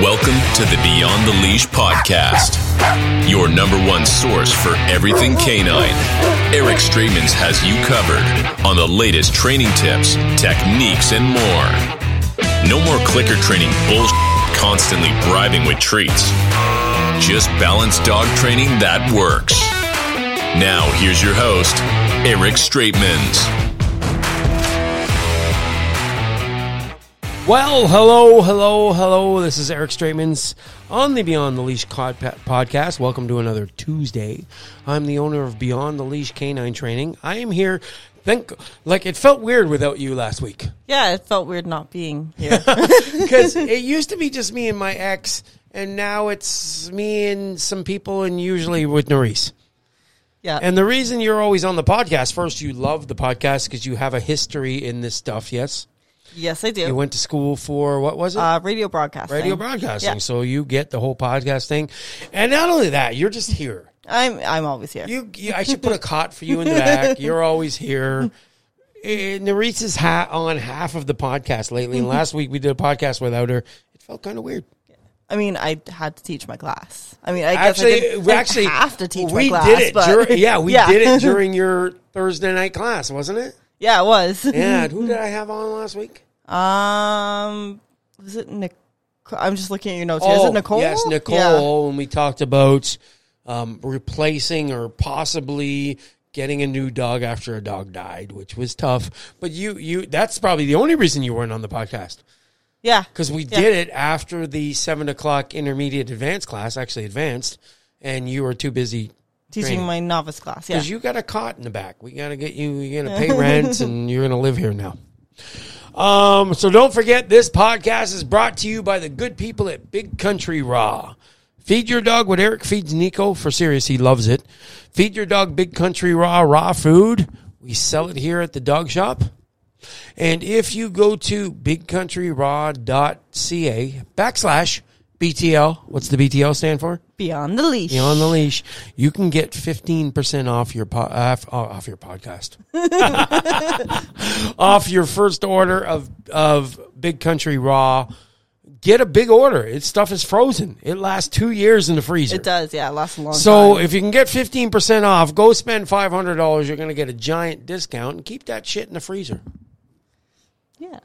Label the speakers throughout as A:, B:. A: Welcome to the Beyond the Leash podcast, your number one source for everything canine. Eric Stramans has you covered on the latest training tips, techniques, and more. No more clicker training bullshit constantly bribing with treats. Just balanced dog training that works. Now, here's your host, Eric Straitmans.
B: Well, hello, hello, hello. This is Eric Straitmans on the Beyond the Leash cod- pa- podcast. Welcome to another Tuesday. I'm the owner of Beyond the Leash Canine Training. I am here. Think like it felt weird without you last week
C: Yeah, it felt weird not being here.
B: because it used to be just me and my ex, and now it's me and some people, and usually with Norris.
C: Yeah.
B: And the reason you're always on the podcast, first, you love the podcast because you have a history in this stuff. Yes,
C: yes, I
B: you
C: do.
B: went to school for what was it?
C: Uh, radio broadcasting.
B: radio broadcasting.
C: Yeah.
B: So you get the whole podcast thing, and not only that, you're just here.
C: I'm I'm always here.
B: You, you I should put a cot for you in the back. You're always here. Eh, Nerys is ha- on half of the podcast lately, and last week we did a podcast without her. It felt kind of weird.
C: I mean, I had to teach my class. I mean, I guess I
B: Actually,
C: didn't,
B: we
C: like,
B: actually
C: have to teach
B: We
C: my class.
B: did it.
C: but
B: during, yeah, we did it during your Thursday night class, wasn't it?
C: yeah, it was.
B: Yeah.
C: Mm-hmm.
B: Who did I have on last week?
C: Um, was it Nic? I'm just looking at your notes. here. Is it Nicole?
B: Oh, Yes,
C: Yeah.
B: Nicole. When we talked about um, replacing or possibly getting a new dog after a dog died, which was tough. But you, you, that's probably the only reason you weren't on the podcast
C: Yeah.
B: because we did it after the seven o'clock intermediate advanced class, actually advanced, and you were too busy.
C: teaching
B: training.
C: my novice class. Yeah.
B: Because you got a cot in the back. We got to get you, you're going to pay rent and you're going to live here now. Um, so don't forget, this podcast is brought to you by the good people at Big Country Raw. Feed your dog what Eric feeds Nico. For serious, he loves it. Feed your dog Big Country Raw raw food. We sell it here at the dog shop. And if you go to bigcountryraw.ca backslash BTL, what's the BTL stand for?
C: Beyond the leash.
B: Beyond the leash, you can get fifteen percent off your po- off, off your podcast, off your first order of of Big Country Raw. Get a big order. Its stuff is frozen. It lasts two years in the freezer.
C: it does. Yeah, it lasts a long
B: So
C: time.
B: if you can get fifteen percent off, go spend five hundred dollars. You're going to get a giant discount and keep that shit in the freezer.
C: Yeah.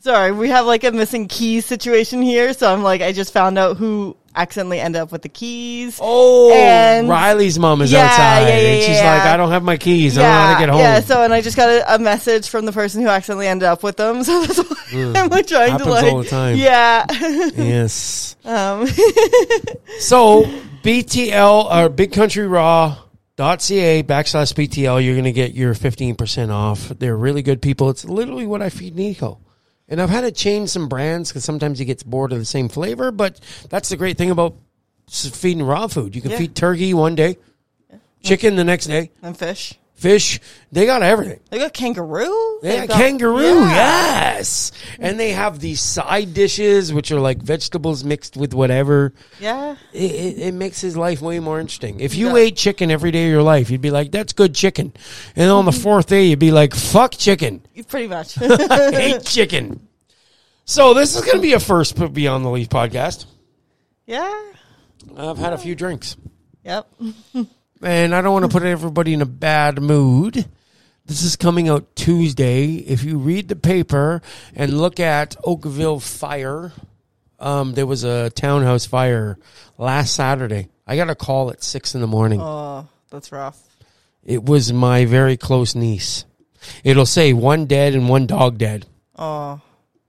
C: Sorry, we have like a missing keys situation here. So I'm like, I just found out who accidentally ended up with the keys.
B: Oh,
C: And-
B: Riley's mom is
C: Yeah,
B: outside,
C: yeah, yeah,
B: and she's
C: yeah.
B: like, "I don't have my keys. I don't know how to get home."
C: Yeah, so and I just got a, a message from the person who accidentally ended up with them. So that's why I'm like trying to
B: Mm. Happens
C: like
B: all the time.
C: Yeah.
B: yes.
C: um,
B: So BTL or bigcountryraw.ca backslash BTL, you're going to get your 15% off. They're really good people. It's literally what I feed Nico. And I've had to change some brands because sometimes he gets bored of the same flavor, but that's the great thing about s- feeding raw food. You can
C: Yeah.
B: feed turkey one day, chicken the next day,
C: and fish.
B: fish. They got everything.
C: They got kangaroo.
B: They
C: They've
B: got
C: got-
B: kangaroo,
C: Yeah.
B: yes. And they have these side dishes, which are like vegetables mixed with whatever
C: Yeah.
B: it, it, it makes his life way more interesting. If you
C: Yeah.
B: ate chicken every day of your life, you'd be like, "That's good chicken," and on the fourth day, you'd be like, "Fuck chicken,
C: Pretty much.
B: I hate chicken." So this is going to be a first put beyond the leaf podcast.
C: yeah.
B: I've had a few drinks,
C: Yep.
B: and I don't want to put everybody in a bad mood. This is coming out Tuesday. If you read the paper and look at Oakville fire, um, there was a townhouse fire last Saturday. I got a call at six in the morning.
C: Oh, that's rough.
B: It was my very close niece. It'll say one dead and one dog dead.
C: Oh,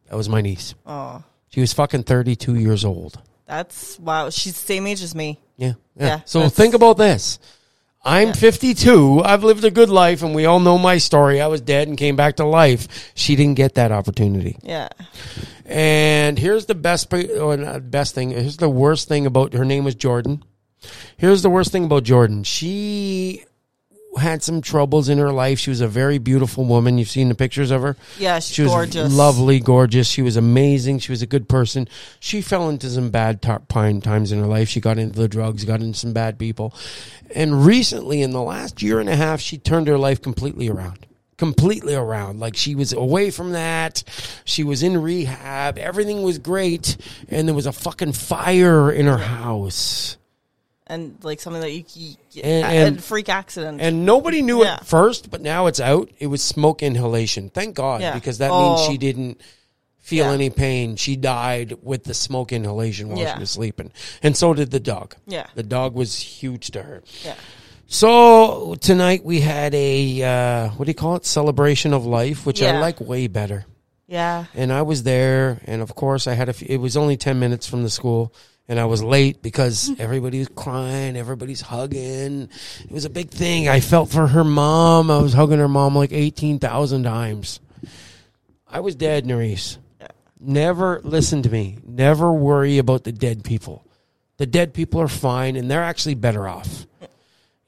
B: That was my niece.
C: oh.
B: She was fucking 32 years old.
C: That's wow. She's the same age as me.
B: Yeah. Yeah.
C: Yeah,
B: so
C: that's-
B: think about this. I'm 52. I've lived a good life, and we all know my story. I was dead and came back to life. She didn't get that opportunity.
C: Yeah.
B: And here's the best, pa- or not best thing. Here's the worst thing about her name was Jordan. Here's the worst thing about Jordan. She had some troubles in her life. She was a very beautiful woman. You've seen the pictures of her.
C: Yeah, she's
B: she was
C: gorgeous.
B: lovely, gorgeous. She was amazing. She was a good person. She fell into some bad ti- pine times in her life. She got into the drugs, got into some bad people, and recently, in the last year and a half, she turned her life completely around. completely around. Like she was away from that. She was in rehab. Everything was great. And there was a fucking fire in her house.
C: and like something that you, you
B: And-
C: a- a
B: and-
C: freak accident.
B: And nobody knew
C: Yeah.
B: at first, but now it's out. It was smoke inhalation. Thank God,
C: Yeah.
B: because that means
C: Oh.
B: she didn't feel
C: Yeah.
B: any pain. She died with the smoke inhalation while
C: Yeah.
B: she was sleeping. And so did the dog.
C: Yeah.
B: The dog was huge to her.
C: yeah,
B: So tonight we had a, uh, what do you call it? Celebration of life, which I
C: Yeah.
B: like way better.
C: yeah.
B: and I was there, and of course I had a. Few, it was only ten minutes from the school, and I was late because everybody was crying, everybody's hugging. It was a big thing. I felt for her mom. I was hugging her mom like eighteen thousand times. I was dead, Nerys. Never listen to me. Never worry about the dead people. The dead people are fine, and they're actually better off.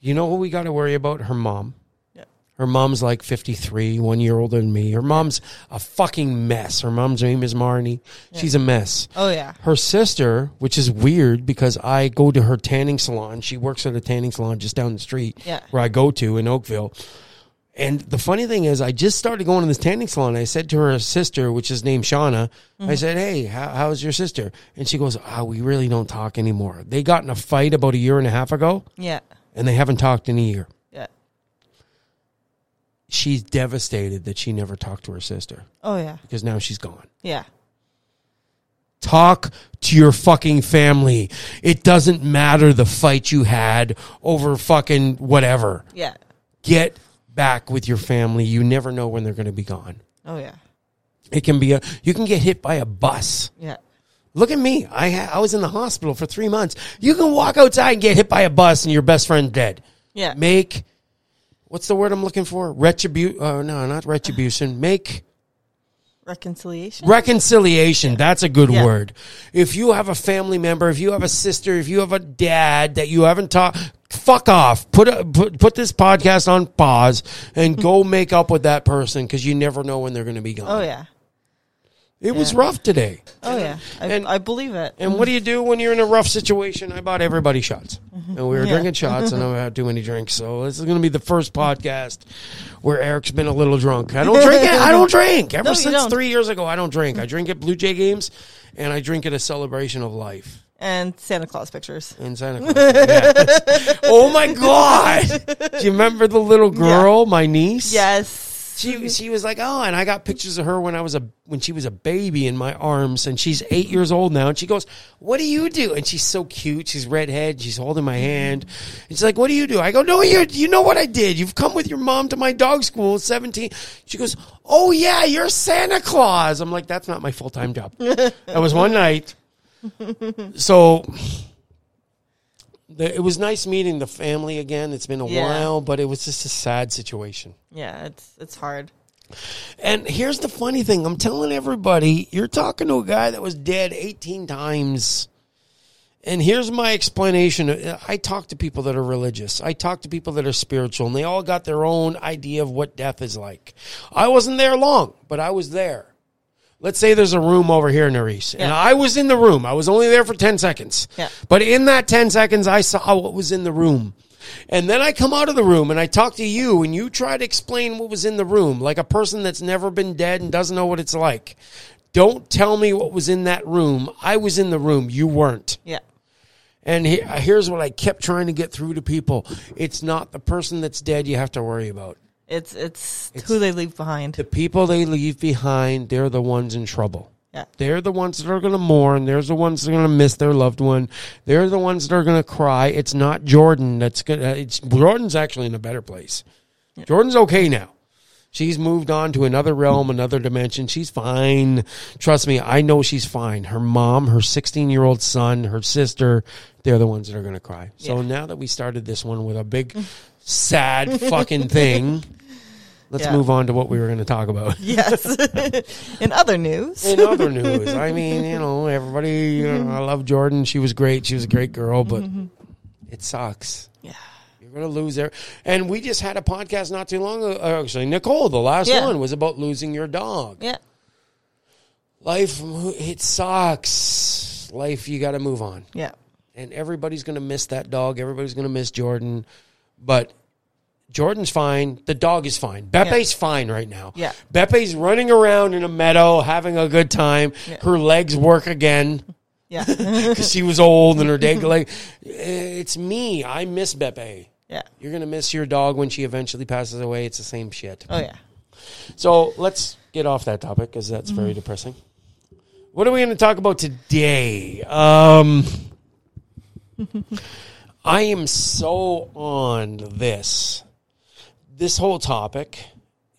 B: You know who we got to worry about? Her mom.
C: Yeah.
B: Her mom's like 53, one year older than me. Her mom's a fucking mess. Her mom's name is Marnie. She's a mess.
C: Oh yeah.
B: Her sister, which is weird because I go to her tanning salon. She works at a tanning salon just down the street
C: Yeah.
B: where I go to in Oakville. And the funny thing is, I just started going to this tanning salon. I said to her sister, which is named Shauna, I said, Hey, how, how's your sister? And she goes, Ah, we really don't talk anymore. They got in a fight about a year and a half ago,
C: Yeah.
B: and they haven't talked in a year
C: Yeah.
B: she's devastated that she never talked to her sister
C: Oh yeah.
B: because now she's gone.
C: Yeah.
B: Talk to your fucking family. It doesn't matter the fight you had over fucking whatever.
C: Yeah.
B: Get back with your family. You never know when they're going to be gone.
C: Oh yeah.
B: It can be a you can get hit by a bus.
C: Yeah.
B: Look at me. I ha- I was in the hospital for 3 months. You can walk outside and get hit by a bus and your best friend dead.
C: Yeah.
B: Make what's the word I'm looking for? Retribution. Uh, no, not retribution. Make
C: Reconciliation.
B: Reconciliation. That's a good
C: Yeah.
B: word. If you have a family member, if you have a sister, if you have a dad that you haven't talked, fuck off. Put, a, put put this podcast on pause and go make up with that person because you never know when they're going to be gone.
C: oh yeah.
B: It was rough today.
C: Oh yeah. I,
B: And-
C: I believe it.
B: And what do you do when you're in a rough situation? I bought everybody shots. And we were
C: Mm-hmm. Yeah. Mm-hmm.
B: drinking shots, and I don't have too many drinks. So this is going to be the first podcast where Eric's been a little drunk. I don't drink it. I don't drink. Ever
C: No, you
B: since
C: don't.
B: three years ago, I don't drink. I drink at Blue Jay games, and I drink at a celebration of life
C: and Santa Claus pictures.
B: in Santa Claus. Yeah. oh my God. Do you remember the little girl, my niece?
C: Yes.
B: She she was like, oh, and I got pictures of her when I was a when she was a baby in my arms, and she's eight years old now. And she goes, "What do you do?" And she's so cute. She's redhead. She's holding my hand. And she's like, "What do you do?" I go, "No, you you know what I did. You've come with your mom to my dog school. at Seventeen. She goes, "Oh yeah, you're Santa Claus." I'm like, "That's not my full time job. that was one night." So. The, it was nice meeting the family again. It's been a
C: Yeah.
B: while, but it was just a sad situation.
C: Yeah. It's it's hard.
B: And here's the funny thing I'm telling everybody, you're talking to a guy that was dead 18 times. And here's my explanation. I talk to people that are religious. I talk to people that are spiritual, and they all got their own idea of what death is like. I wasn't there long, but I was there. Let's say there's a room over here, Nerys, and
C: Yeah.
B: I was in the room. I was only there for 10 seconds.
C: Yeah.
B: But in that 10 seconds, I saw what was in the room. And then I come out of the room and I talk to you, and you try to explain what was in the room, like a person that's never been dead and doesn't know what it's like. Don't tell me what was in that room. I was in the room. You weren't.
C: Yeah.
B: And he- uh, here's what I kept trying to get through to people it's not the person that's dead you have to worry about.
C: It's it's, who they leave behind.
B: The people they leave behind, they're the ones in trouble.
C: Yeah.
B: They're the ones that are going to mourn. They're the ones that are going to miss their loved one. They're the ones that are going to cry. It's not Jordan that's going to, it's Jordan's actually in a better place. Jordan's okay now. She's moved on to another realm, another dimension. She's fine. Trust me, I know she's fine. Her mom, her 16 year old son, her sister, they're the ones that are going to cry. So now that we started this one with a big, sad fucking thing, let's
C: Yeah.
B: move on to what we were going to talk about.
C: Yes. In other news.
B: In other news, I mean, you know, everybody, you know, I love Jordan. She was great. She was a great girl, but it sucks.
C: yeah.
B: You're going to lose her. And we just had a podcast not too long ago. uh, Actually, Nicole, the last
C: Yeah.
B: one was about losing your dog.
C: Yeah.
B: Life, it sucks. Life, you got to move on.
C: Yeah.
B: And everybody's going to miss that dog. Everybody's going to miss Jordan. But Jordan's fine. The dog is fine. Bepe's fine right now.
C: Yeah.
B: Bepe's running around in a meadow having a good time. Her legs work again
C: Yeah.
B: because she was old and her day leg. It's me. I miss Bepe.
C: yeah.
B: You're gonna miss your dog when she eventually passes away. It's the same shit.
C: Oh yeah.
B: So let's get off that topic because that's very depressing. What are we going to talk about today? Um, I am so on this. This whole topic.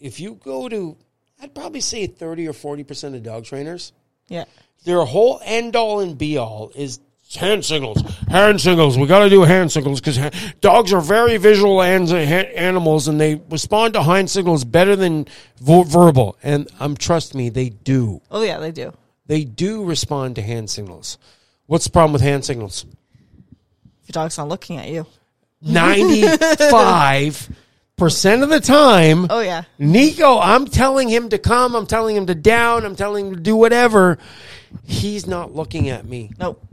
B: If you go to, I'd probably say 30 or 40% of dog trainers,
C: Yeah.
B: their whole end all and be all is hand signals. Hand signals. We got to do hand signals because dogs are very visual an- ha- animals and they respond to hand signals better than vo- verbal. And um, trust me, they do.
C: Oh yeah, they do.
B: They do respond to hand signals. What's the problem with hand signals?
C: If your dog's not looking at you.
B: 95% of the time.
C: Oh yeah.
B: Nico, I'm telling him to come. I'm telling him to down. I'm telling him to do whatever. He's not looking at me.
C: Nope.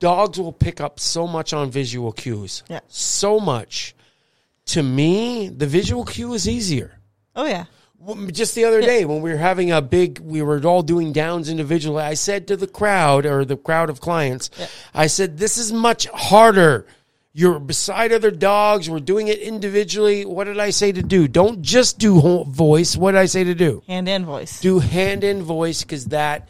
B: dogs will pick up so much on visual cues.
C: Yeah.
B: So much. To me, the visual cue is easier.
C: Oh yeah.
B: Well, Just the other day when we were having a big, we were all doing downs individually. I said to the crowd or the crowd of clients, I said, this is much harder. You're beside other dogs. We're doing it individually. What did I say to do? Don't just do ho- voice. What did I say to do?
C: Hand and voice.
B: do hand in voice because that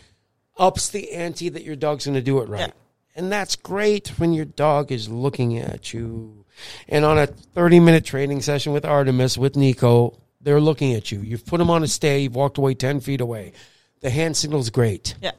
B: ups the ante that your dog's going to do it right.
C: Yeah.
B: And that's great when your dog is looking at you. And on a 30 minute training session with Artemis, with Nico, they're looking at you. You've put them on a stay, you've walked away 10 feet away. The hand signal's great.
C: Yeah.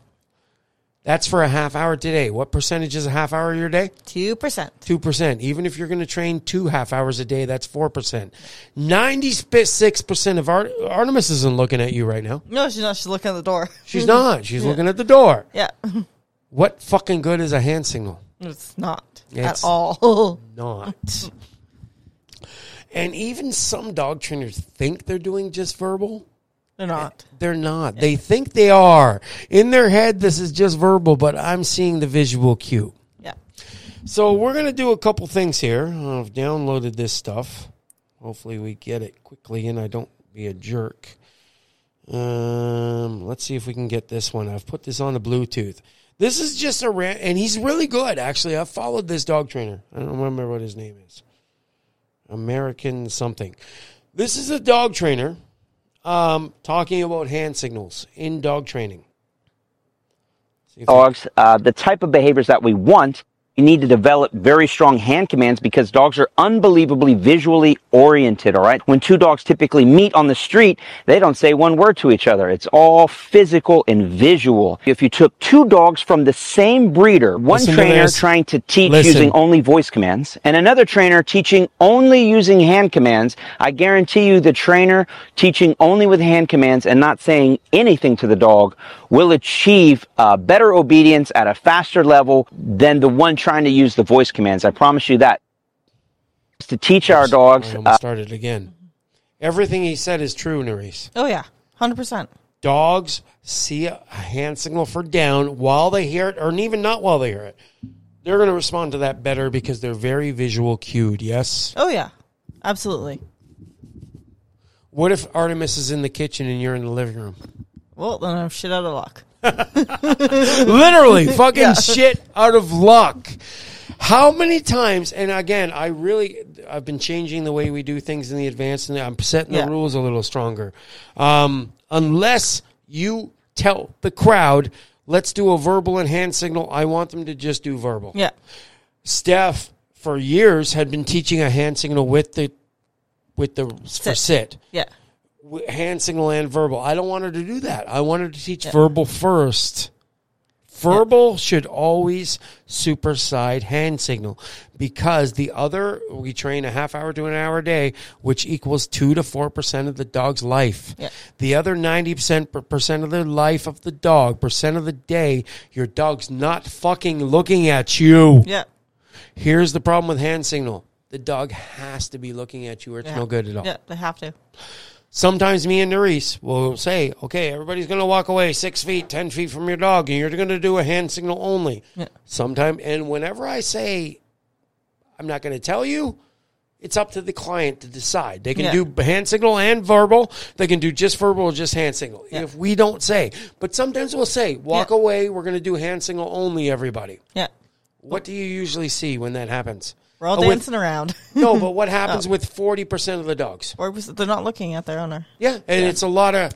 B: That's for a half hour today. What percentage is a half hour of your day?
C: Two percent.
B: 2%. Even if you're going to train two half hours a day, that's 4%. 96% of Ar- Artemis isn't looking at you right now.
C: No, she's not. She's looking at the door.
B: She's not. She's looking at the door.
C: Yeah.
B: What fucking good is a hand signal?
C: It's not
B: It's-
C: at all.
B: Not. and even some dog trainers think they're doing just verbal.
C: They're not.
B: They're not. They think they are. In their head, this is just verbal, but I'm seeing the visual cue.
C: Yeah.
B: So we're going to do a couple things here. I've downloaded this stuff. Hopefully, we get it quickly and I don't be a jerk. Um, let's see if we can get this one. I've put this on the Bluetooth. This is just a rant, and he's really good, actually. I've followed this dog trainer. I don't remember what his name is. American something. This is a dog trainer um, talking about hand signals in dog training. See if-
D: dogs, uh, the type of behaviors that we want, you need to develop very strong hand commands because dogs are unbelievably visually oriented, all right? When two dogs typically meet on the street, they don't say one word to each other. It's all physical and visual. If you took two dogs from the same breeder, one
B: Listen to
D: trainer
B: this.
D: trying to teach
B: Listen.
D: using only voice commands and another trainer teaching only using hand commands, I guarantee you the trainer teaching only with hand commands and not saying anything to the dog will achieve uh, better obedience at a faster level than the one trying to use the voice commands. I promise you that. To teach our dogs
B: I
D: uh,
B: almost started again. Everything he said is true, Nerys.
C: Oh yeah. Hundred percent.
B: Dogs see a hand signal for down while they hear it, or even not while they hear it. They're going to respond to that better because they're very visual cued. Yes.
C: Oh yeah. Absolutely.
B: What if Artemis is in the kitchen and you're in the living room?
C: Well, then I'm shit out of luck.
B: Literally, fucking shit out of luck. How many times? And again, I really, I've been changing the way we do things in the advanced, and I'm setting
C: Yeah.
B: the rules a little stronger. Um, unless you tell the crowd, let's do a verbal and hand signal. I want them to just do verbal.
C: Yeah.
B: Steph, for years, had been teaching a hand signal with the, with the for
C: Sit.
B: sit
C: Yeah.
B: w- hand signal and verbal. I don't want her to do that. I want her to teach verbal first. Verbal should always supersede hand signal because the other we train a half hour to an hour a day, which equals two to four percent of the dog's life.
C: Yeah.
B: The other ninety percent percent of the life of the dog, percent of the day, your dog's not fucking looking at you.
C: Yeah.
B: Here's the problem with hand signal: the dog has to be looking at you, or it's
C: Yeah.
B: no good at all
C: Yeah. They have to.
B: sometimes me and Nerys will say, okay, everybody's going to walk away six feet, 10 feet from your dog, and you're going to do a hand signal only. Sometime, and whenever I say, I'm not going to tell you, It's up to the client to decide. They can
C: Yeah.
B: do hand signal and verbal. They can do just verbal or just hand signal.
C: Yeah.
B: If we don't say, but sometimes we'll say, walk
C: Yeah.
B: away, we're going to do hand signal only, everybody.
C: Yeah.
B: What do you usually see when that happens?
C: We're all
B: Uh, with-
C: dancing around.
B: no, but
C: Oh.
B: what happens with 40% of the dogs?
C: or was- they're not looking at their owner.
B: Yeah, and it's a lot of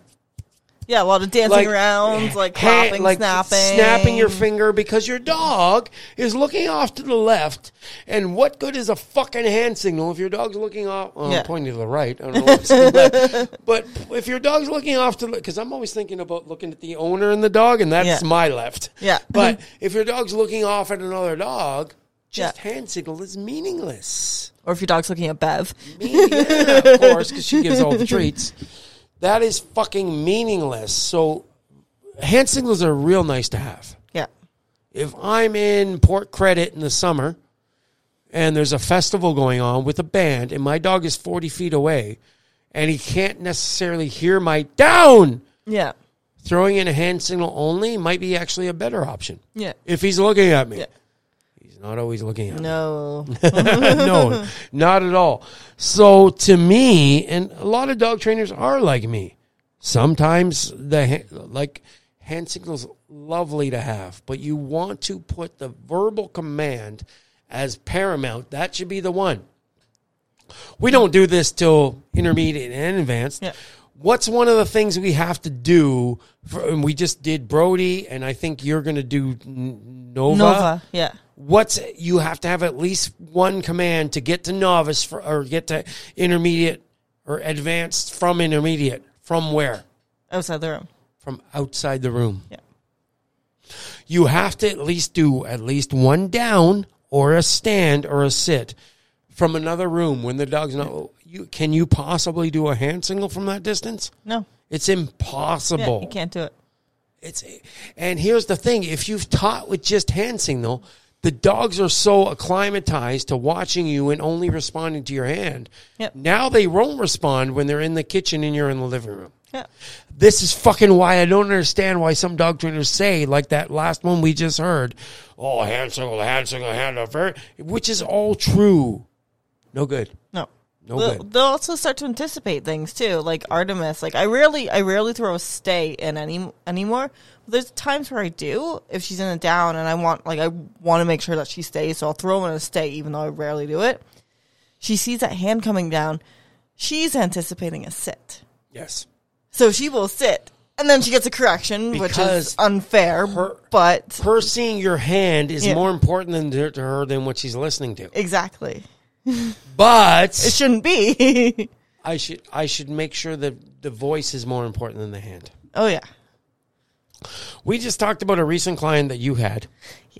C: Yeah, a lot of dancing around, like
B: hand-
C: clapping,
B: like
C: snapping.
B: snapping your finger because your dog is looking off to the left. And what good is a fucking hand signal if your dog's looking off? Well,
C: Yeah.
B: I'm pointing to the right. I don't know what's to the left. But if your dog's looking off to, because I'm always thinking about looking at the owner and the dog, and that's
C: Yeah.
B: my left.
C: Yeah.
B: But if your dog's looking off at another dog, just
C: Yeah.
B: hand signal is meaningless.
C: Or if your dog's looking at Bev.
B: yeah, of course, because she gives all the treats. That is fucking meaningless. So, hand signals are real nice to have.
C: Yeah.
B: If I'm in Port Credit in the summer and there's a festival going on with a band and my dog is 40 feet away and he can't necessarily hear my down,
C: Yeah.
B: throwing in a hand signal only might be actually a better option.
C: Yeah.
B: If he's looking at me,
C: Yeah.
B: he's not always looking at me
C: No.
B: no, not at all. So to me, and a lot of dog trainers are like me. Sometimes the ha- like hand signals lovely to have, but you want to put the verbal command as paramount. That should be the one. We don't do this till intermediate and advanced.
C: Yeah.
B: What's one of the things we have to do? For, and we just did Brody, and I think you're going to do N-
C: Nova. Yeah.
B: what's you have to have at least one command to get to novice for, or get to intermediate or advanced from intermediate from where
C: Outside the room.
B: from outside the room
C: Yeah.
B: you have to at least do at least one down or a stand or a sit from another room when the dog's not you can you possibly do a hand signal from that distance
C: No.
B: it's
C: Yeah,
B: impossible
C: you can't do it.
B: It's and here's the thing: if you've taught with just hand signal, the dogs are so acclimatized to watching you and only responding to your hand.
C: Yep.
B: Now they won't respond when they're in the kitchen and you're in the living room.
C: Yeah.
B: This is fucking why I don't understand why some dog trainers say like that last one we just heard. Oh, hand signal, hand signal, hand over, which is all true. No good.
C: No.
B: No
C: They'll,
B: good.
C: they'll also start to anticipate things too, like Artemis. Like I rarely, I rarely throw a stay in any anymore. But there's times where I do if she's in a down, and I want like I want to make sure that she stays, so I'll throw in a stay, even though I rarely do it. She sees that hand coming down, she's anticipating a sit,
B: Yes.
C: so she will sit, and then she gets a correction, which
B: Because
C: is unfair.
B: her-
C: but
B: Her seeing your hand is
C: Yeah.
B: more important than to to her than what she's listening to.
C: exactly,
B: But
C: it shouldn't be.
B: I should I should make sure that the voice is more important than the hand.
C: oh yeah,
B: We just talked about a recent client that you had.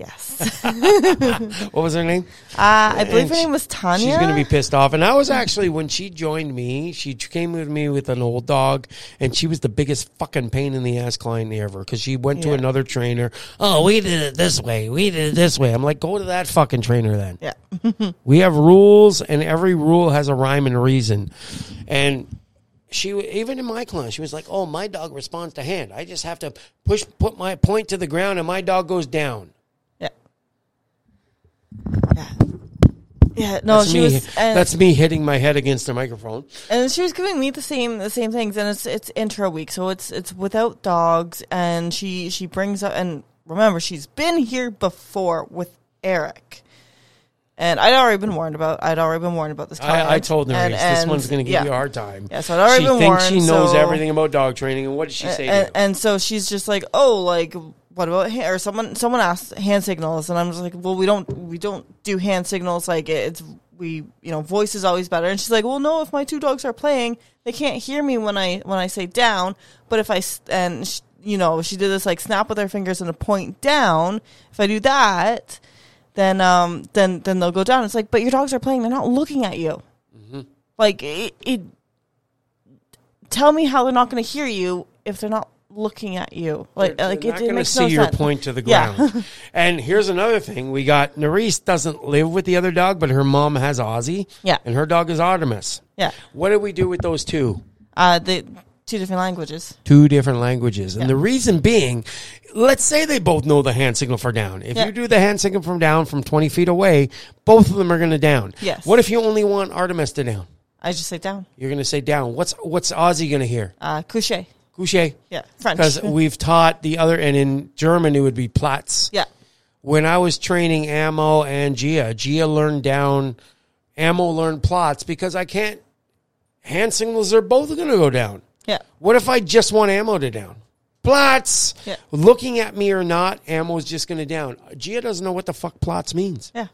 C: yes.
B: What was her name?
C: Uh, I believe her
B: she-
C: name was Tanya.
B: She's going to be pissed off. And I was actually when she joined me, she came with me with an old dog, and she was the biggest fucking pain in the ass client ever because she went to
C: Yeah.
B: another trainer. Oh, we did it this way. We did it this way. I'm like, go to that fucking trainer then.
C: yeah.
B: We have rules, and every rule has a rhyme and reason. And she, even in my class, she was like, "Oh, my dog responds to hand. I just have to push, put my point to the ground, and my dog goes down."
C: Yeah. Yeah. Yeah. No,
B: That's
C: Oh, she
B: me.
C: was. Oh, And,
B: that's me hitting my head against the microphone.
C: and she was giving me the same the same things, and it's it's intro week, so it's it's without dogs, and she she brings up and remember she's been here before with Eric. And I'd already been warned about. I'd already been warned about this. Client.
B: I, I told her
C: And-
B: this
C: and-
B: one's going to give
C: yeah.
B: you a hard time.
C: Yeah, so I'd already
B: she
C: been
B: thinks she
C: warned,
B: knows
C: so-
B: everything about dog training, and what did she say? to
C: and,
B: you?
C: and so she's just like, oh, like what about hand? or someone someone asked hand signals, and I'm just like, well, we don't we don't do hand signals. Like it's we you know voice is always better. And she's like, well, no, if my two dogs are playing, they can't hear me when I when I say down. But if I s- and sh you know she did this like snap with her fingers and a point down. If I do that, then um then then they'll go down. It's like, but your dogs are playing; they're not looking at you. Like it, it tell me how they're not going to hear you if they're not looking at you. Like
B: They're
C: like
B: not
C: it, it
B: gonna
C: makes
B: see
C: no
B: your
C: sense.
B: point to the
C: Yeah.
B: ground. and here's another thing: we got Nerese doesn't live with the other dog, but her mom has Ozzy.
C: Yeah.
B: and her dog is Artemis.
C: Yeah.
B: What did we do with those two?
C: Uh, the two different languages.
B: two different languages. And the reason being, let's say they both know the hand signal for down. If
C: Yeah.
B: you do the hand signal from down from 20 feet away, both of them are going to down.
C: Yes.
B: What if you only want Artemis to down?
C: I just say down.
B: You're going to say down. What's what's Aussie going to hear?
C: Uh, couché.
B: Couche.
C: Yeah, French.
B: Because we've taught the other, and in German it would be Platz.
C: Yeah.
B: When I was training Ammo and Gia, Gia learned down, Ammo learned plots because I can't. Hand signals are both going to go down.
C: Yeah.
B: What if I just want ammo to down? Plots.
C: Yeah.
B: Looking at me or not, ammo's just going to down. Gia doesn't know what the fuck plots means.
C: Yeah.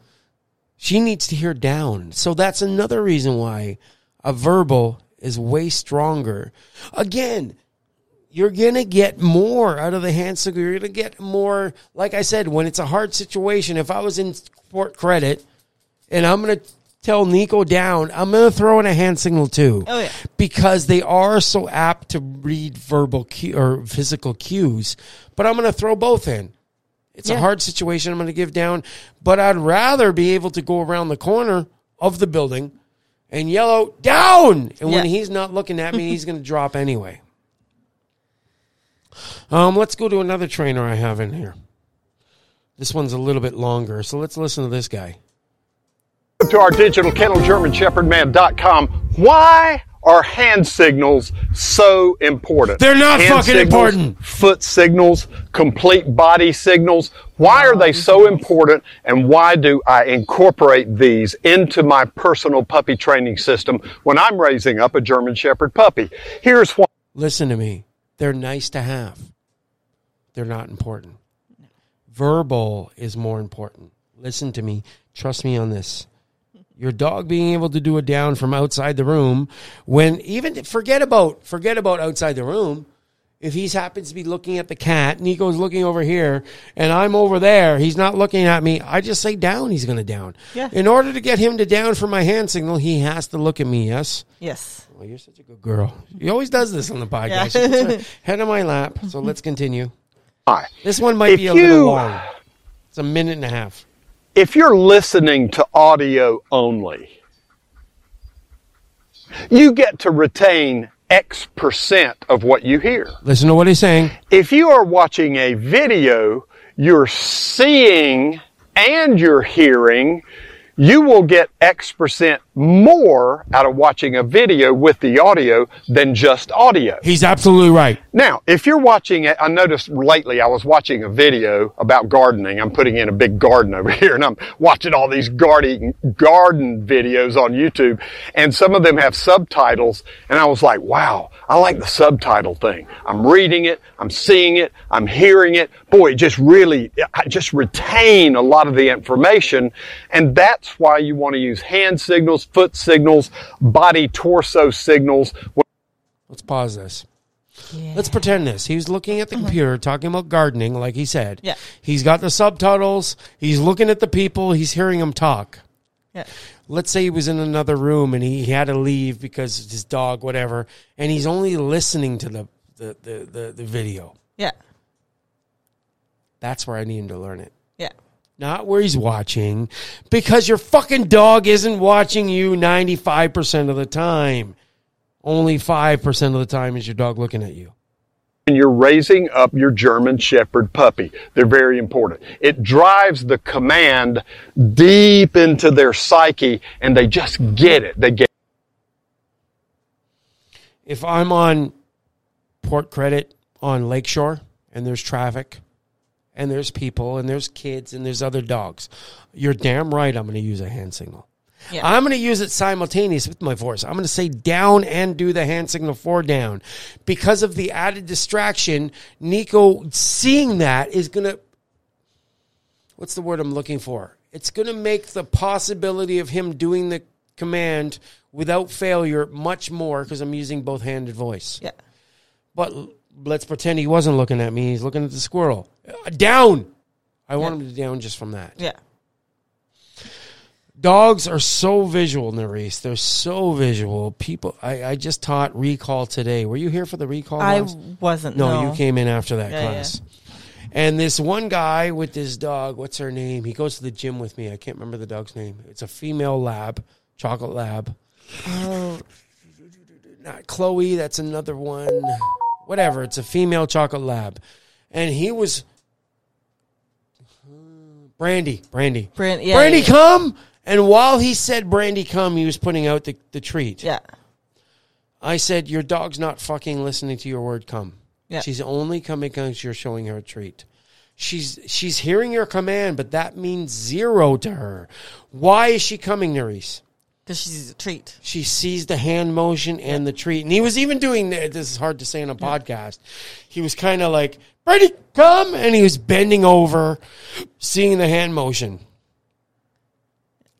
B: She needs to hear down. So that's another reason why a verbal is way stronger. Again, you're going to get more out of the hand signal. You're going to get more, like I said, when it's a hard situation. If I was in court credit and I'm going to tell Nico down, I'm going to throw in a hand signal too.
C: Oh, yeah.
B: Because they are so apt to read verbal cue or physical cues, but I'm going to throw both in. It's a
C: Yeah.
B: hard situation I'm going to give down, but I'd rather be able to go around the corner of the building and yell out down. And when
C: Yeah.
B: he's not looking at me, he's going to drop anyway. Um, let's go to another trainer I have in here. This one's a little bit longer, so let's listen to this guy.
E: to our digital kennel germanshepherdman.com why are hand signals so important
B: They're not
E: Hand
B: fucking
E: signals,
B: important.
E: foot signals complete body signals why are they so important and why do i incorporate these into my personal puppy training system when i'm raising up a german shepherd puppy here's why
B: Listen to me. They're nice to have. They're not important. Verbal is more important. Listen to me. Trust me on this. Your dog being able to do a down from outside the room when even forget about forget about outside the room. If he happens to be looking at the cat, Nico's looking over here, and I'm over there, he's not looking at me. I just say down, he's going to down.
C: Yeah.
B: In order to get him to down for my hand signal, he has to look at me, yes?
C: Yes.
B: Well, you're such a good girl. He always does this on the podcast.
C: Yeah.
B: She puts her head on my lap. So let's continue.
E: why
B: This one might
E: If
B: be a little
E: you-
B: long. It's a minute and a half.
E: if you're listening to audio only, you get to retain X percent of what you hear.
B: Listen to what he's saying.
E: If you are watching a video, you're seeing and you're hearing, you will get X percent more out of watching a video with the audio than just audio.
B: He's absolutely right.
E: Now, if you're watching it, I noticed lately I was watching a video about gardening. I'm putting in a big garden over here and I'm watching all these gardening, garden videos on YouTube and some of them have subtitles and I was like, wow, I like the subtitle thing. I'm reading it. I'm seeing it. I'm hearing it. Boy, it just really, I just retain a lot of the information. And that's why you want to use hand signals, foot signals, body torso signals.
B: Let's pause this. Let's pretend this. He was looking at the computer, talking about gardening, like he said.
C: Uh-huh. Yeah.
B: He's got the subtitles. He's looking at the people. He's hearing them talk.
C: Yeah.
B: let's say he was in another room and he, he had to leave because his dog, whatever, and he's only listening to the, the, the, the, the video.
C: Yeah.
B: That's where I need him to learn it.
C: Yeah.
B: Not where he's watching, because your fucking dog isn't watching you 95% of the time. Only 5% of the time is your dog looking at you.
E: and you're raising up your German Shepherd puppy. They're very important. It drives the command deep into their psyche and they just get it. They get
B: If I'm on port credit on Lakeshore and there's traffic and there's people and there's kids and there's other dogs, you're damn right I'm going to use a hand signal.
C: Yeah.
B: I'm going to use it simultaneous with my voice. I'm going to say down and do the hand signal for down. Because of the added distraction, Nico seeing that is going to what's the word I'm looking for? It's going to make the possibility of him doing the command without failure much more because I'm using both hand and voice.
C: Yeah.
B: But l- let's pretend he wasn't looking at me. He's looking at the squirrel. Uh, Down. I want him to down just from that.
C: Yeah.
B: Dogs are so visual, Nerys. They're so visual. People, I, I just taught recall today. Were you here for the recall?
C: I
B: last-
C: wasn't.
B: No,
C: No,
B: you came in after that
C: Yeah,
B: class. And this one guy with this dog, what's her name? He goes to the gym with me. I can't remember the dog's name. It's a female lab, chocolate lab. not Chloe. That's another one. Whatever. It's a female chocolate lab, and he was Brandy. Brandy.
C: Brand- yeah,
B: Brandy,
C: yeah, yeah.
B: come. And while he said Brandy, come, he was putting out the, the treat.
C: Yeah.
B: I said, Your dog's not fucking listening to your word come.
C: Yeah.
B: She's only coming because you're showing her a treat. She's she's hearing your command, but that means zero to her. Why is she coming, Nerys?
C: Because she's a treat.
B: She sees the hand motion and the treat. And he was even doing the- this is hard to say on a podcast. He was kind of like, Brandy, come. And he was bending over, seeing the hand motion.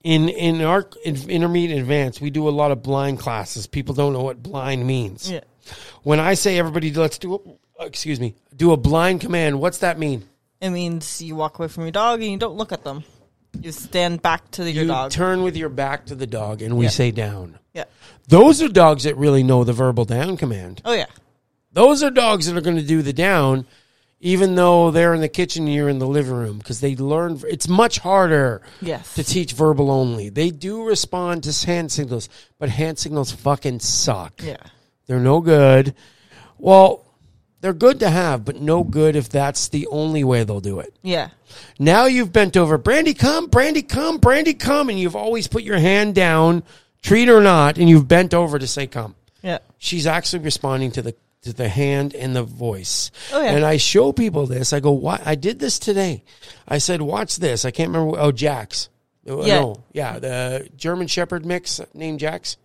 B: In in our in intermediate advance, we do a lot of blind classes. People don't know what blind means.
C: Yeah.
B: When I say everybody let's do a- uh, excuse me, do a blind command, what's that mean?
C: It means you walk away from your dog and you don't look at them. You stand back to the, your
B: you
C: dog.
B: turn with your back to the dog and we
C: Yeah.
B: say down.
C: yeah.
B: Those are dogs that really know the verbal down command.
C: Oh yeah.
B: Those are dogs that are going to do the down, even though they're in the kitchen, you're in the living room because they learn. It's much harder
C: Yes.
B: to teach verbal only. They do respond to hand signals, but hand signals fucking suck.
C: Yeah.
B: They're no good. Well, they're good to have, but no good if that's the only way they'll do it.
C: Yeah.
B: Now you've bent over, Brandy, come, Brandy, come, Brandy, come, and you've always put your hand down, treat or not, and you've bent over to say come
C: Yeah.
B: she's actually responding to the to the hand and the voice.
C: Oh, yeah.
B: And I show people this. I go, "Why?" I did this today. I said, "Watch this." I can't remember. Oh, Jax. Oh,
C: Yeah.
B: No, yeah, the German Shepherd mix named Jax.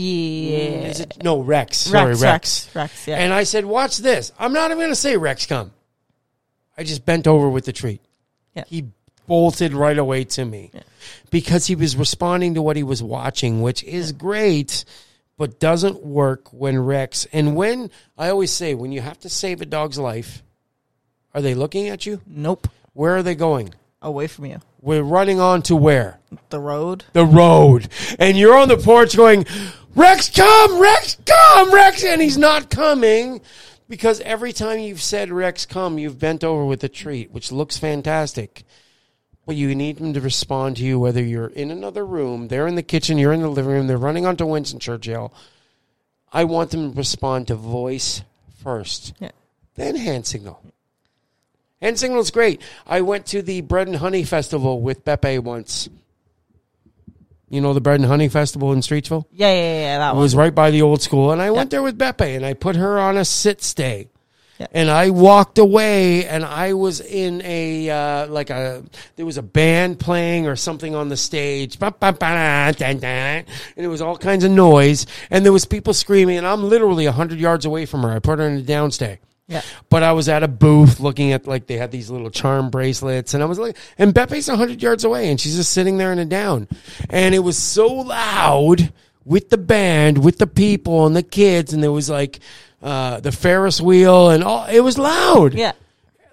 C: Yeah.
B: Is it no Rex? Sorry, Rex.
C: Rex, Rex, Rex, yeah.
B: And I said, "Watch this." I'm not even going to say Rex come. I just bent over with the treat.
C: Yeah.
B: He bolted right away to me because he was responding to what he was watching, which is great, but doesn't work when Rex and when I always say when you have to save a dog's life, are they looking at you?
C: Nope.
B: Where are they going?
C: Away from you.
B: We're running on to where?
C: The road.
B: the road and you're on the porch going, Rex, come, Rex, come, Rex. And he's not coming because every time you've said Rex, come, you've bent over with a treat, which looks fantastic. But you need him to respond to you, whether you're in another room, they're in the kitchen, you're in the living room, they're running onto Winston Churchill. I want them to respond to voice first
C: Yeah.
B: then hand signal. Hand signal's great. I went to the Bread and Honey Festival with Pepe once. You know the Bread and Honey Festival in Streetsville?
C: Yeah, yeah, yeah, yeah, that
B: I
C: one.
B: was right by the old school, and I went there with Beppe, and I put her on a sit stay.
C: Yeah.
B: And I walked away, and I was in a uh, like a there was a band playing or something on the stage, Ba, ba, ba, da, da. and it was all kinds of noise, and there was people screaming, and I'm literally hundred yards away from her. I put her in a downstay.
C: Yeah.
B: But I was at a booth looking at like they had these little charm bracelets, and I was like, and Bepe's hundred yards away, and she's just sitting there in a down, and it was so loud with the band, with the people and the kids, and there was like uh, the Ferris wheel and all. It was loud.
C: Yeah.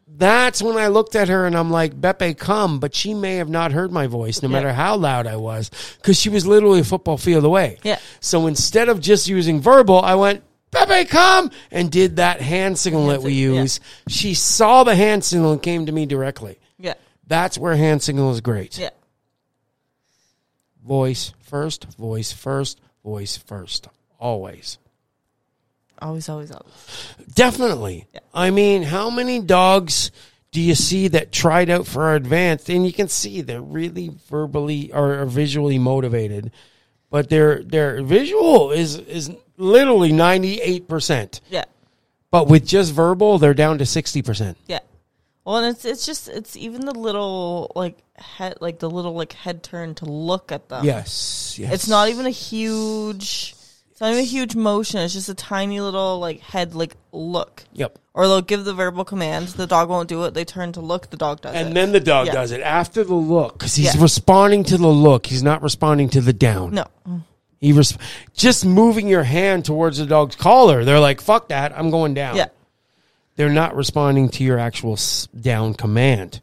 B: That's when I looked at her and I'm like, Beppe, come. But she may have not heard my voice, no matter how loud I was, because she was literally a football field away.
C: Yeah.
B: So instead of just using verbal, I went, Beppe, come, and did that hand signal that we
C: sig- yeah.
B: use. She saw the hand signal and came to me directly.
C: Yeah.
B: That's where hand signal is great.
C: Yeah.
B: Voice first, voice first, voice first, always.
C: Always, always, always.
B: Definitely. I mean, how many dogs do you see that tried out for advanced? And you can see they're really verbally or, or visually motivated, but their their visual is is literally ninety eight percent.
C: Yeah.
B: But with just verbal, they're down to sixty percent.
C: Yeah. Well, and it's it's just it's even the little like head like the little like head turn to look at them.
B: Yes, yes.
C: It's not even a huge. It's not even a huge motion. It's just a tiny little like head like look.
B: Yep.
C: Or they'll give the verbal command. The dog won't do it. They turn to look. The dog does it.
B: And then the dog
C: Uh, Yeah.
B: does it after the look because he's
C: Yeah.
B: responding to the look. He's not responding to the down.
C: no.
B: He res- just moving your hand towards the dog's collar. They're like, "Fuck that! I'm going down."
C: Yeah.
B: they're not responding to your actual s- down command.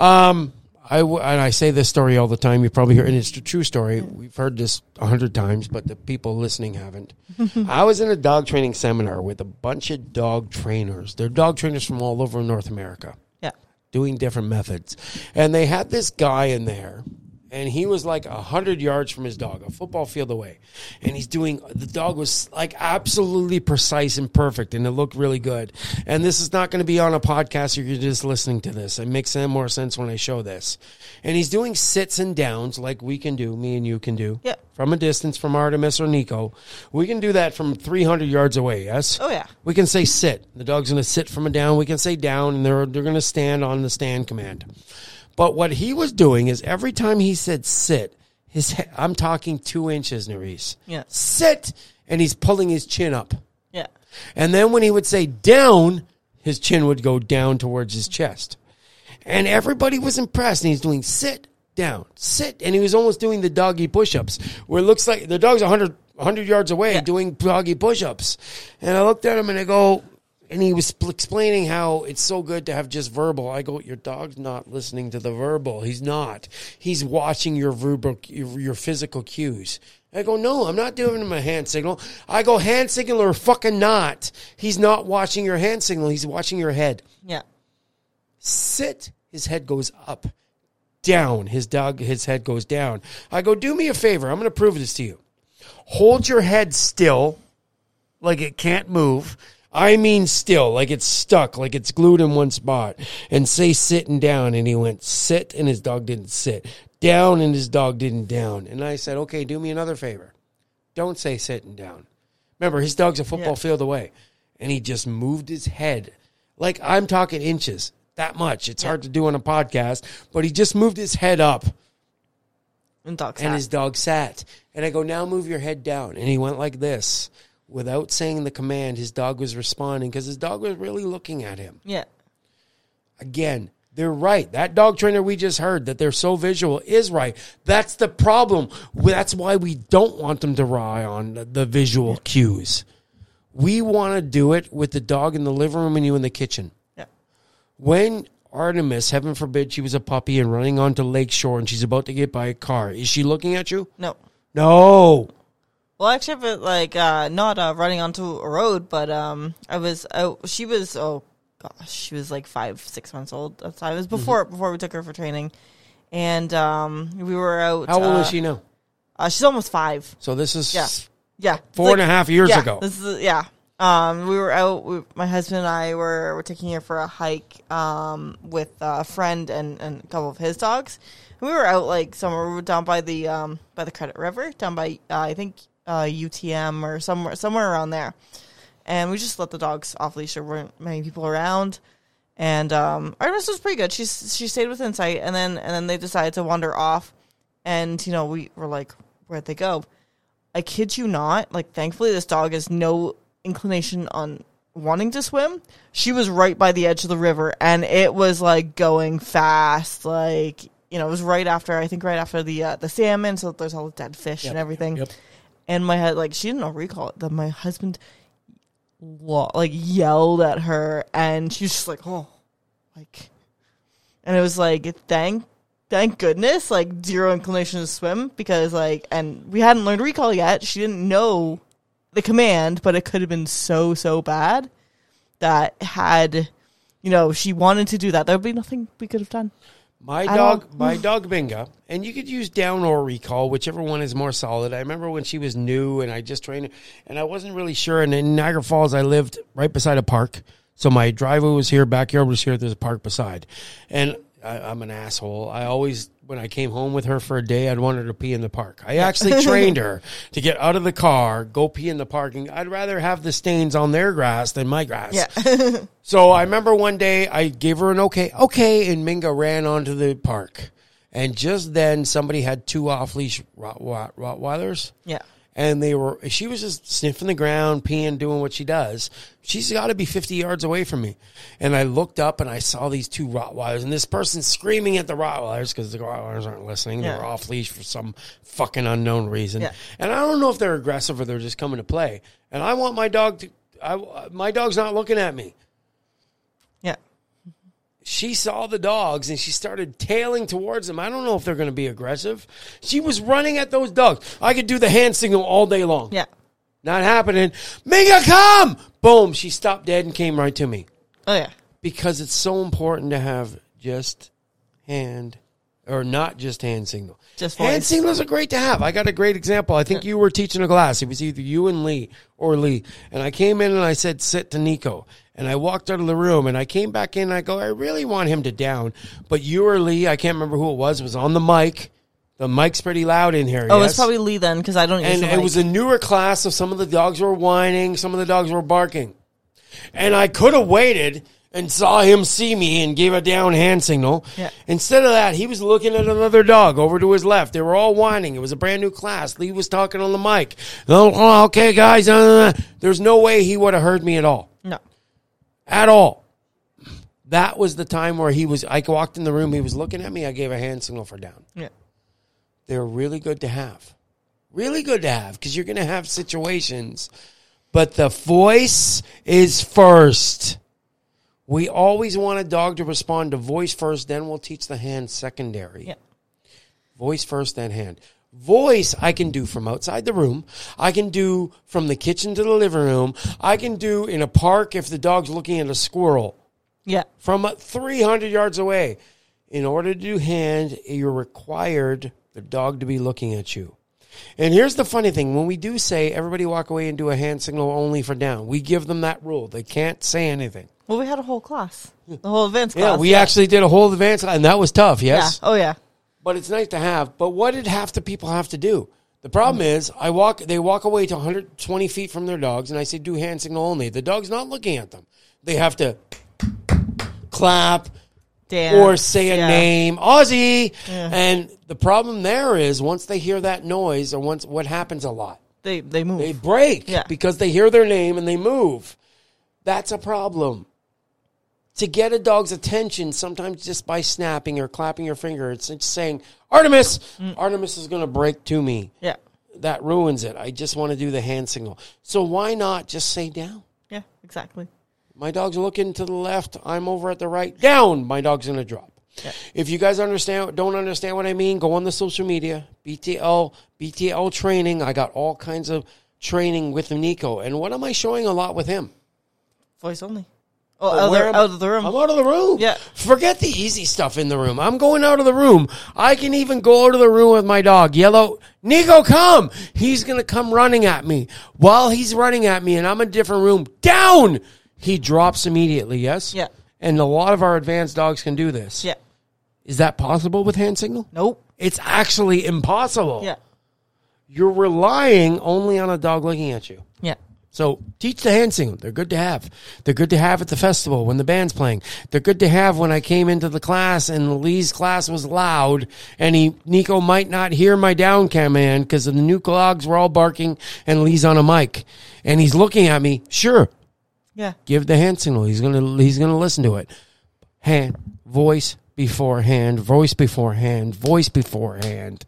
B: Um, I w- and I say this story all the time. You probably hear, and it's a true story. We've heard this a hundred times, but the people listening haven't. I was in a dog training seminar with a bunch of dog trainers. They're dog trainers from all over North America
C: Yeah.
B: doing different methods. And they had this guy in there, and he was like a hundred yards from his dog, a football field away, and he's doing. The dog was like absolutely precise and perfect, and it looked really good. And this is not going to be on a podcast. You're just listening to this. It makes more sense when I show this. And he's doing sits and downs like we can do, me and you can do,
C: Yeah.
B: from a distance from Artemis or Nico. We can do that from 300 yards away. Yes.
C: Oh, yeah.
B: We can say sit. The dog's going to sit from a down. We can say down, and they're they're going to stand on the stand command. But what he was doing is every time he said sit, his he- I'm talking two inches, Nerys.
C: Yeah.
B: Sit, and he's pulling his chin up.
C: Yeah.
B: And then when he would say down, his chin would go down towards his chest. And everybody was impressed. And he's doing sit, down, sit. And he was almost doing the doggy push ups, where it looks like the dog's 100, 100 yards away doing doggy push ups. And I looked at him and I go, and he was spl- explaining how it's so good to have just verbal. I go, your dog's not listening to the verbal. He's not. He's watching your verbal, your, your physical cues. I go, no, I'm not doing him a hand signal. I go, hand signal or fucking not. He's not watching your hand signal. He's watching your head.
C: Yeah.
B: Sit. His head goes up, down. His dog, his head goes down. I go, do me a favor. I'm going to prove this to you. Hold your head still, like it can't move. I mean, still, like it's stuck, like it's glued in one spot, and say sitting down. And he went sit, and his dog didn't sit. Down, and his dog didn't down. And I said, okay, do me another favor don't say sitting down. Remember, his dog's a football
C: Yeah.
B: field away. And he just moved his head. Like I'm talking inches, that much. It's hard to do on a podcast, but he just moved his head up
C: And dogs.
B: and his dog sat. And I go, now move your head down. And he went like this. Without saying the command, his dog was responding because his dog was really looking at him
C: yeah.
B: again they're right that dog trainer we just heard that they're so visual is right that's the problem that's why we don't want them to rely on the- the visual cues we want to do it with the dog in the living room and you in the kitchen
C: Yeah.
B: when artemis heaven forbid she was a puppy and running onto lake shore and she's about to get by a car is she looking at you
C: No.
B: no
C: Well, actually, if it, like uh, not uh, running onto a road, but um, I was. I, she was. Oh gosh, she was like five, six months old. That's time. It
B: Mm-hmm.
C: was before before we took her for training, and um, we were out.
B: how old
C: uh,
B: is she now
C: Uh, she's almost five.
B: so this is
C: Yeah. Yeah.
B: Four and a half years
C: yeah,
B: ago.
C: This is yeah. Um, we were out. We, my husband and I were, were taking her for a hike um, with a friend and, and a couple of his dogs. And we were out like somewhere we were down by the um, by the Credit River, down by uh, I think uh, UTM or somewhere somewhere around there. And we just let the dogs off leash. There weren't many people around, and um, Artemis was pretty good. She s- she stayed within sight, and then and then they decided to wander off. And you know we were like, where'd they go? I kid you not, like thankfully this dog has no inclination on wanting to swim. She was right by the edge of the river and it was like going fast, like you know, it was right after I think right after the uh, the salmon, so there's all the dead fish and everything.
B: yep.
C: And my head like she didn't know recall it. That my husband lo- like yelled at her and she was just like, Oh like and it was like thank thank goodness like zero inclination to swim because like and we hadn't learned recall yet she didn't know the command but it could have been so so bad that had you know she wanted to do that there would be nothing we could have done
B: My
C: I
B: dog,
C: don't-
B: my dog Binga, and you could use down or recall, whichever one is more solid. I remember when she was new, and I just trained, her, and I wasn't really sure. And in Niagara Falls, I lived right beside a park, so my driveway was here, backyard was here. There's a park beside, and I, I'm an asshole. I always, when I came home with her for a day, I'd want her to pee in the park. I actually trained her to get out of the car, go pee in the parking. I'd rather have the stains on their grass than my grass.
C: yeah
B: So I remember one day I gave her an okay, okay, and Minga ran onto the park. And just then somebody had two off leash Rot- Rot- Rottweilers.
C: yeah
B: And they were, she was just sniffing the ground, peeing, doing what she does. She's got to be 50 yards away from me. And I looked up and I saw these two Rottweilers and this person screaming at the Rottweilers because the Rottweilers aren't listening.
C: Yeah.
B: They're off leash for some fucking unknown reason.
C: Yeah.
B: And I don't know if they're aggressive or they're just coming to play. And I want my dog to, I, my dog's not looking at me
C: yeah
B: she saw the dogs and she started tailing towards them. I don't know if they're going to be aggressive. She was running at those dogs. I could do the hand signal all day long.
C: yeah
B: Not happening. Minga, come! Boom. She stopped dead and came right to me
C: oh yeah
B: because it's so important to have just hand or not just hand signal.
C: Just
B: hand
C: voice.
B: signals are great to have. I got a great example. I think you were teaching a class. It was either you and Lee or Lee, and I came in and I said sit to Nico, and I walked out of the room and I came back in and I go I really want him to down, but you or Lee, I can't remember who it was, was on the mic. The mic's pretty loud in here.
C: Oh,
B: yes?
C: it's probably Lee then because I don't. use
B: and
C: the
B: it
C: mic.
B: was a newer class, so some of the dogs were whining, some of the dogs were barking. And I could have waited and saw him see me and gave a down hand signal.
C: Yeah.
B: Instead of that, he was looking at another dog over to his left. They were all whining. It was a brand new class. Lee was talking on the mic. "Oh, oh, okay, guys. uh, there's no way he would have heard me at all
C: no.
B: at all. That was the time where he was. I walked in the room. He was looking at me. I gave a hand signal for down.
C: Yeah.
B: They're really good to have, really good to have because you're going to have situations, but the voice is first. We always want a dog to respond to voice first, then we'll teach the hand secondary.
C: Yeah.
B: Voice first, then hand. Voice, I can do from outside the room. I can do from the kitchen to the living room. I can do in a park if the dog's looking at a squirrel
C: Yeah.
B: from 300 yards away. In order to do hand, you're required the dog to be looking at you. And here's the funny thing when we do say everybody walk away and do a hand signal only for down, we give them that rule. They can't say anything.
C: Well, we had a whole class, the whole advanced
B: Hmm. Yeah,
C: class.
B: we actually did a whole advance, and that was tough,
C: Yeah.
B: yes?
C: Oh yeah.
B: But it's nice to have. But what did half the people have to do? The problem is, I walk. They walk away to 120 feet from their dogs, and I say, "Do hand signal only." The dog's not looking at them. They have to clap
C: Damn.
B: or say a
C: Yeah.
B: name, Aussie.
C: Yeah.
B: And the problem there is, once they hear that noise, or once what happens a lot,
C: They they move.
B: they break
C: Yeah.
B: because they hear their name and they move. That's a problem. To get a dog's attention, sometimes just by snapping or clapping your finger, it's just saying, Artemis,
C: Mm.
B: Artemis is going to break to me.
C: yeah.
B: That ruins it. I just want to do the hand signal. So why not just say down?
C: Yeah. Exactly.
B: My dog's looking to the left. I'm over at the right. Down. My dog's gonna drop. If you guys understand, don't understand what I mean, go on the social media. BTL, BTL training. I got all kinds of training with Nico. And what am I showing a lot with him?
C: Voice only. Oh, out, of
B: Where
C: the,
B: am-
C: out of the room.
B: I'm out of the room.
C: Yeah.
B: Forget the easy stuff in the room. I'm going out of the room. I can even go out of the room with my dog. Yellow, Nico, come. He's going to come running at me. While he's running at me and I'm in a different room, down. He drops immediately, yes?
C: Yeah.
B: And a lot of our advanced dogs can do this.
C: yeah.
B: Is that possible with hand signal?
C: Nope.
B: It's actually impossible.
C: Yeah.
B: You're relying only on a dog looking at you.
C: Yeah.
B: So teach the hand signal. They're good to have. They're good to have at the festival when the band's playing. They're good to have when I came into the class and Lee's class was loud and he Nico might not hear my down command because the new dogs were all barking and Lee's on a mic and he's looking at me. Sure,
C: Yeah.
B: give the hand signal. He's gonna he's gonna listen to it. Hand voice beforehand, voice beforehand, voice beforehand.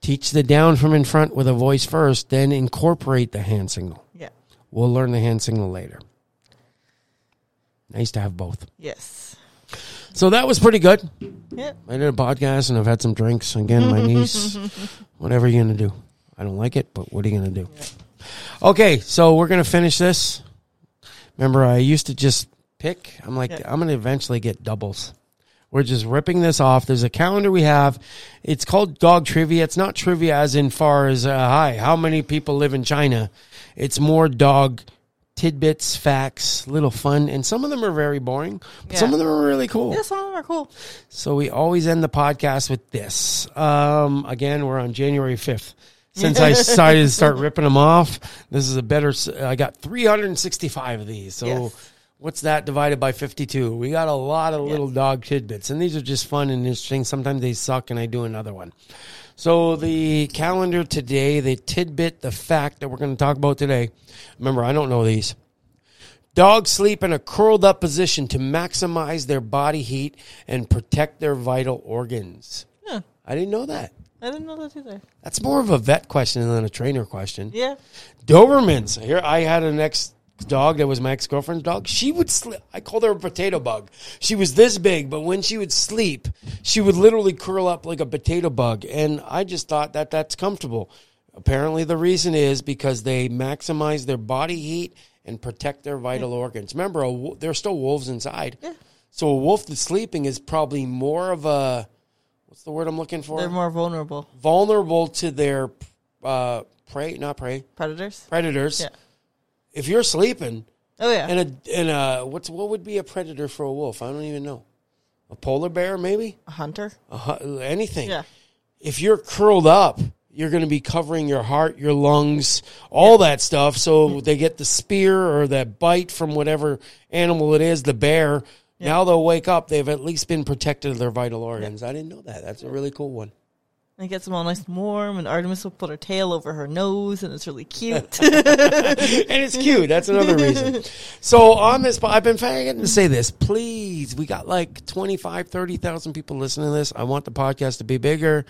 B: Teach the down from in front with a voice first, then incorporate the hand signal.
C: Yeah.
B: We'll learn the hand signal later. Nice to have both.
C: Yes.
B: So that was pretty good.
C: Yeah.
B: I did a podcast and I've had some drinks. Again, my niece, whatever you're going to do. I don't like it, but what are you going to do? Okay, so we're going to finish this. Remember, I used to just pick. I'm like,
C: Yeah.
B: I'm going to eventually get doubles. We're just ripping this off. There's a calendar we have. It's called dog trivia. It's not trivia as in far as, uh, hi, how many people live in China? It's more dog tidbits, facts, little fun. And some of them are very boring, but some
C: Yeah.
B: of them are really cool.
C: Yeah. Some of them are cool.
B: So we always end the podcast with this. Um, again, we're on January 5th. Since I decided to start ripping them off, this is a better. s- I got 365 of these. So
C: Yes.
B: what's that divided by 52? We got a lot of little dog tidbits, and these are just fun and interesting. Sometimes they suck, and I do another one. So the calendar today, the tidbit, the fact that we're going to talk about today. Remember, I don't know these. Dogs sleep in a curled up position to maximize their body heat and protect their vital organs.
C: Yeah.
B: I didn't know that.
C: I didn't know that either.
B: That's more of a vet question than a trainer question.
C: Yeah.
B: Dobermans. Here, I had an ex dog that was my ex girlfriend's dog. She would sleep. I called her a potato bug. She was this big, but when she would sleep, she would literally curl up like a potato bug. And I just thought that that's comfortable. Apparently, the reason is because they maximize their body heat and protect their vital organs. Remember, a, wo- there are still wolves inside. So a wolf that's sleeping is probably more of a what's the word I'm looking for?
C: They're more vulnerable.
B: vulnerable to their uh, prey, not prey,
C: Predators.
B: predators.
C: Yeah.
B: If you're sleeping
C: Oh yeah.
B: and a and a what's what would be a predator for a wolf? I don't even know. A polar bear, maybe
C: a hunter.
B: a, hu- anything.
C: Yeah.
B: If you're curled up, you're going to be covering your heart, your lungs, all that stuff.
C: Mm-hmm.
B: So they get the spear or that bite from whatever animal it is, the bear. Now they'll wake up. They've at least been protected of their vital organs. I didn't know that. That's a really cool one.
C: And it gets them all nice and warm, and Artemis will put her tail over her nose, and it's really cute.
B: and it's cute. That's another reason. So on this, po- I've been forgetting to say this. Please, we got like 25, 30,000 people listening to this. I want the podcast to be bigger.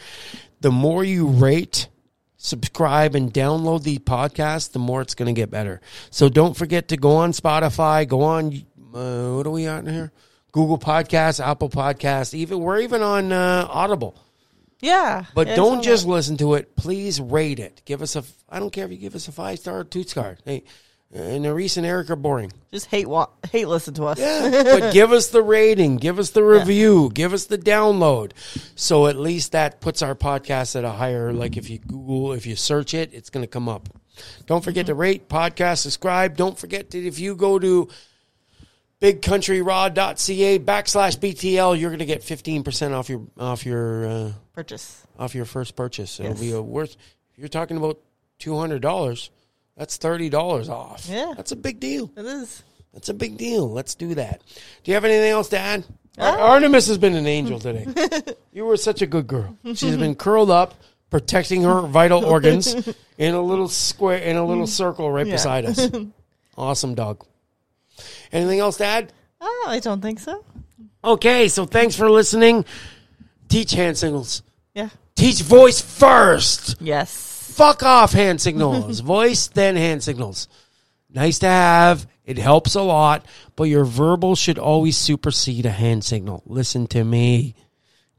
B: The more you rate, subscribe, and download the podcast, the more it's going to get better. So don't forget to go on Spotify, go on, uh, what are we on here? Google Podcasts, Apple Podcasts, even we're even on uh, Audible.
C: yeah.
B: But
C: Yeah, I saw
B: don't
C: that.
B: just listen to it. Please rate it. Give us a. I don't care if you give us a five star or two star. Hey, and the recent Eric are boring.
C: just hate wa- hate listen to us.
B: Yeah, but give us the rating. Give us the review. Give us the download. So at least that puts our podcast at a higher. Like if you Google, if you search it, it's going to come up. Don't forget to rate podcast, subscribe. Don't forget that if you go to bigcountryraw.ca backslash BTL, you're going to get fifteen percent off your off your. Uh,
C: Purchase.
B: off your first purchase. It'll
C: Yes.
B: be a worth. If you're talking about two hundred dollars, that's thirty dollars off.
C: Yeah.
B: that's a big deal.
C: It is.
B: That's a big deal. Let's do that. Do you have anything else to add? Ar- Artemis has been an angel today. you were such a good girl. She's been curled up, protecting her vital organs in a little square, in a little circle right beside us. Awesome dog. Anything else to add?
C: Oh, I don't think so.
B: Okay, so thanks for listening. Teach hand signals.
C: Yeah.
B: Teach voice first
C: Yes.
B: fuck off hand signals. Voice, then hand signals. Nice to have. It helps a lot, but your verbal should always supersede a hand signal. Listen to me.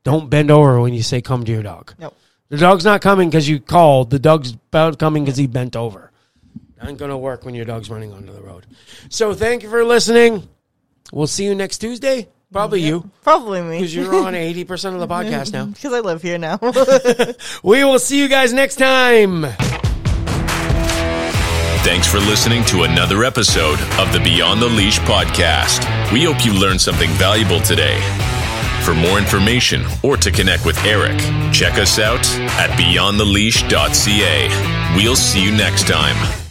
B: Don't bend over when you say come to your dog.
C: No.
B: The dog's not coming because you called. The dog's about coming because he bent over. Not going to work when your dog's running onto the road. So thank you for listening. We'll see you next Tuesday. Probably you
C: Probably me.
B: because you're on 80% of the podcast now.
C: Because I live here now.
B: We will see you guys next time.
A: Thanks for listening to another episode of the Beyond the Leash podcast. We hope you learned something valuable today. For more information or to connect with Eric, check us out at beyondtheleash.ca. We'll see you next time.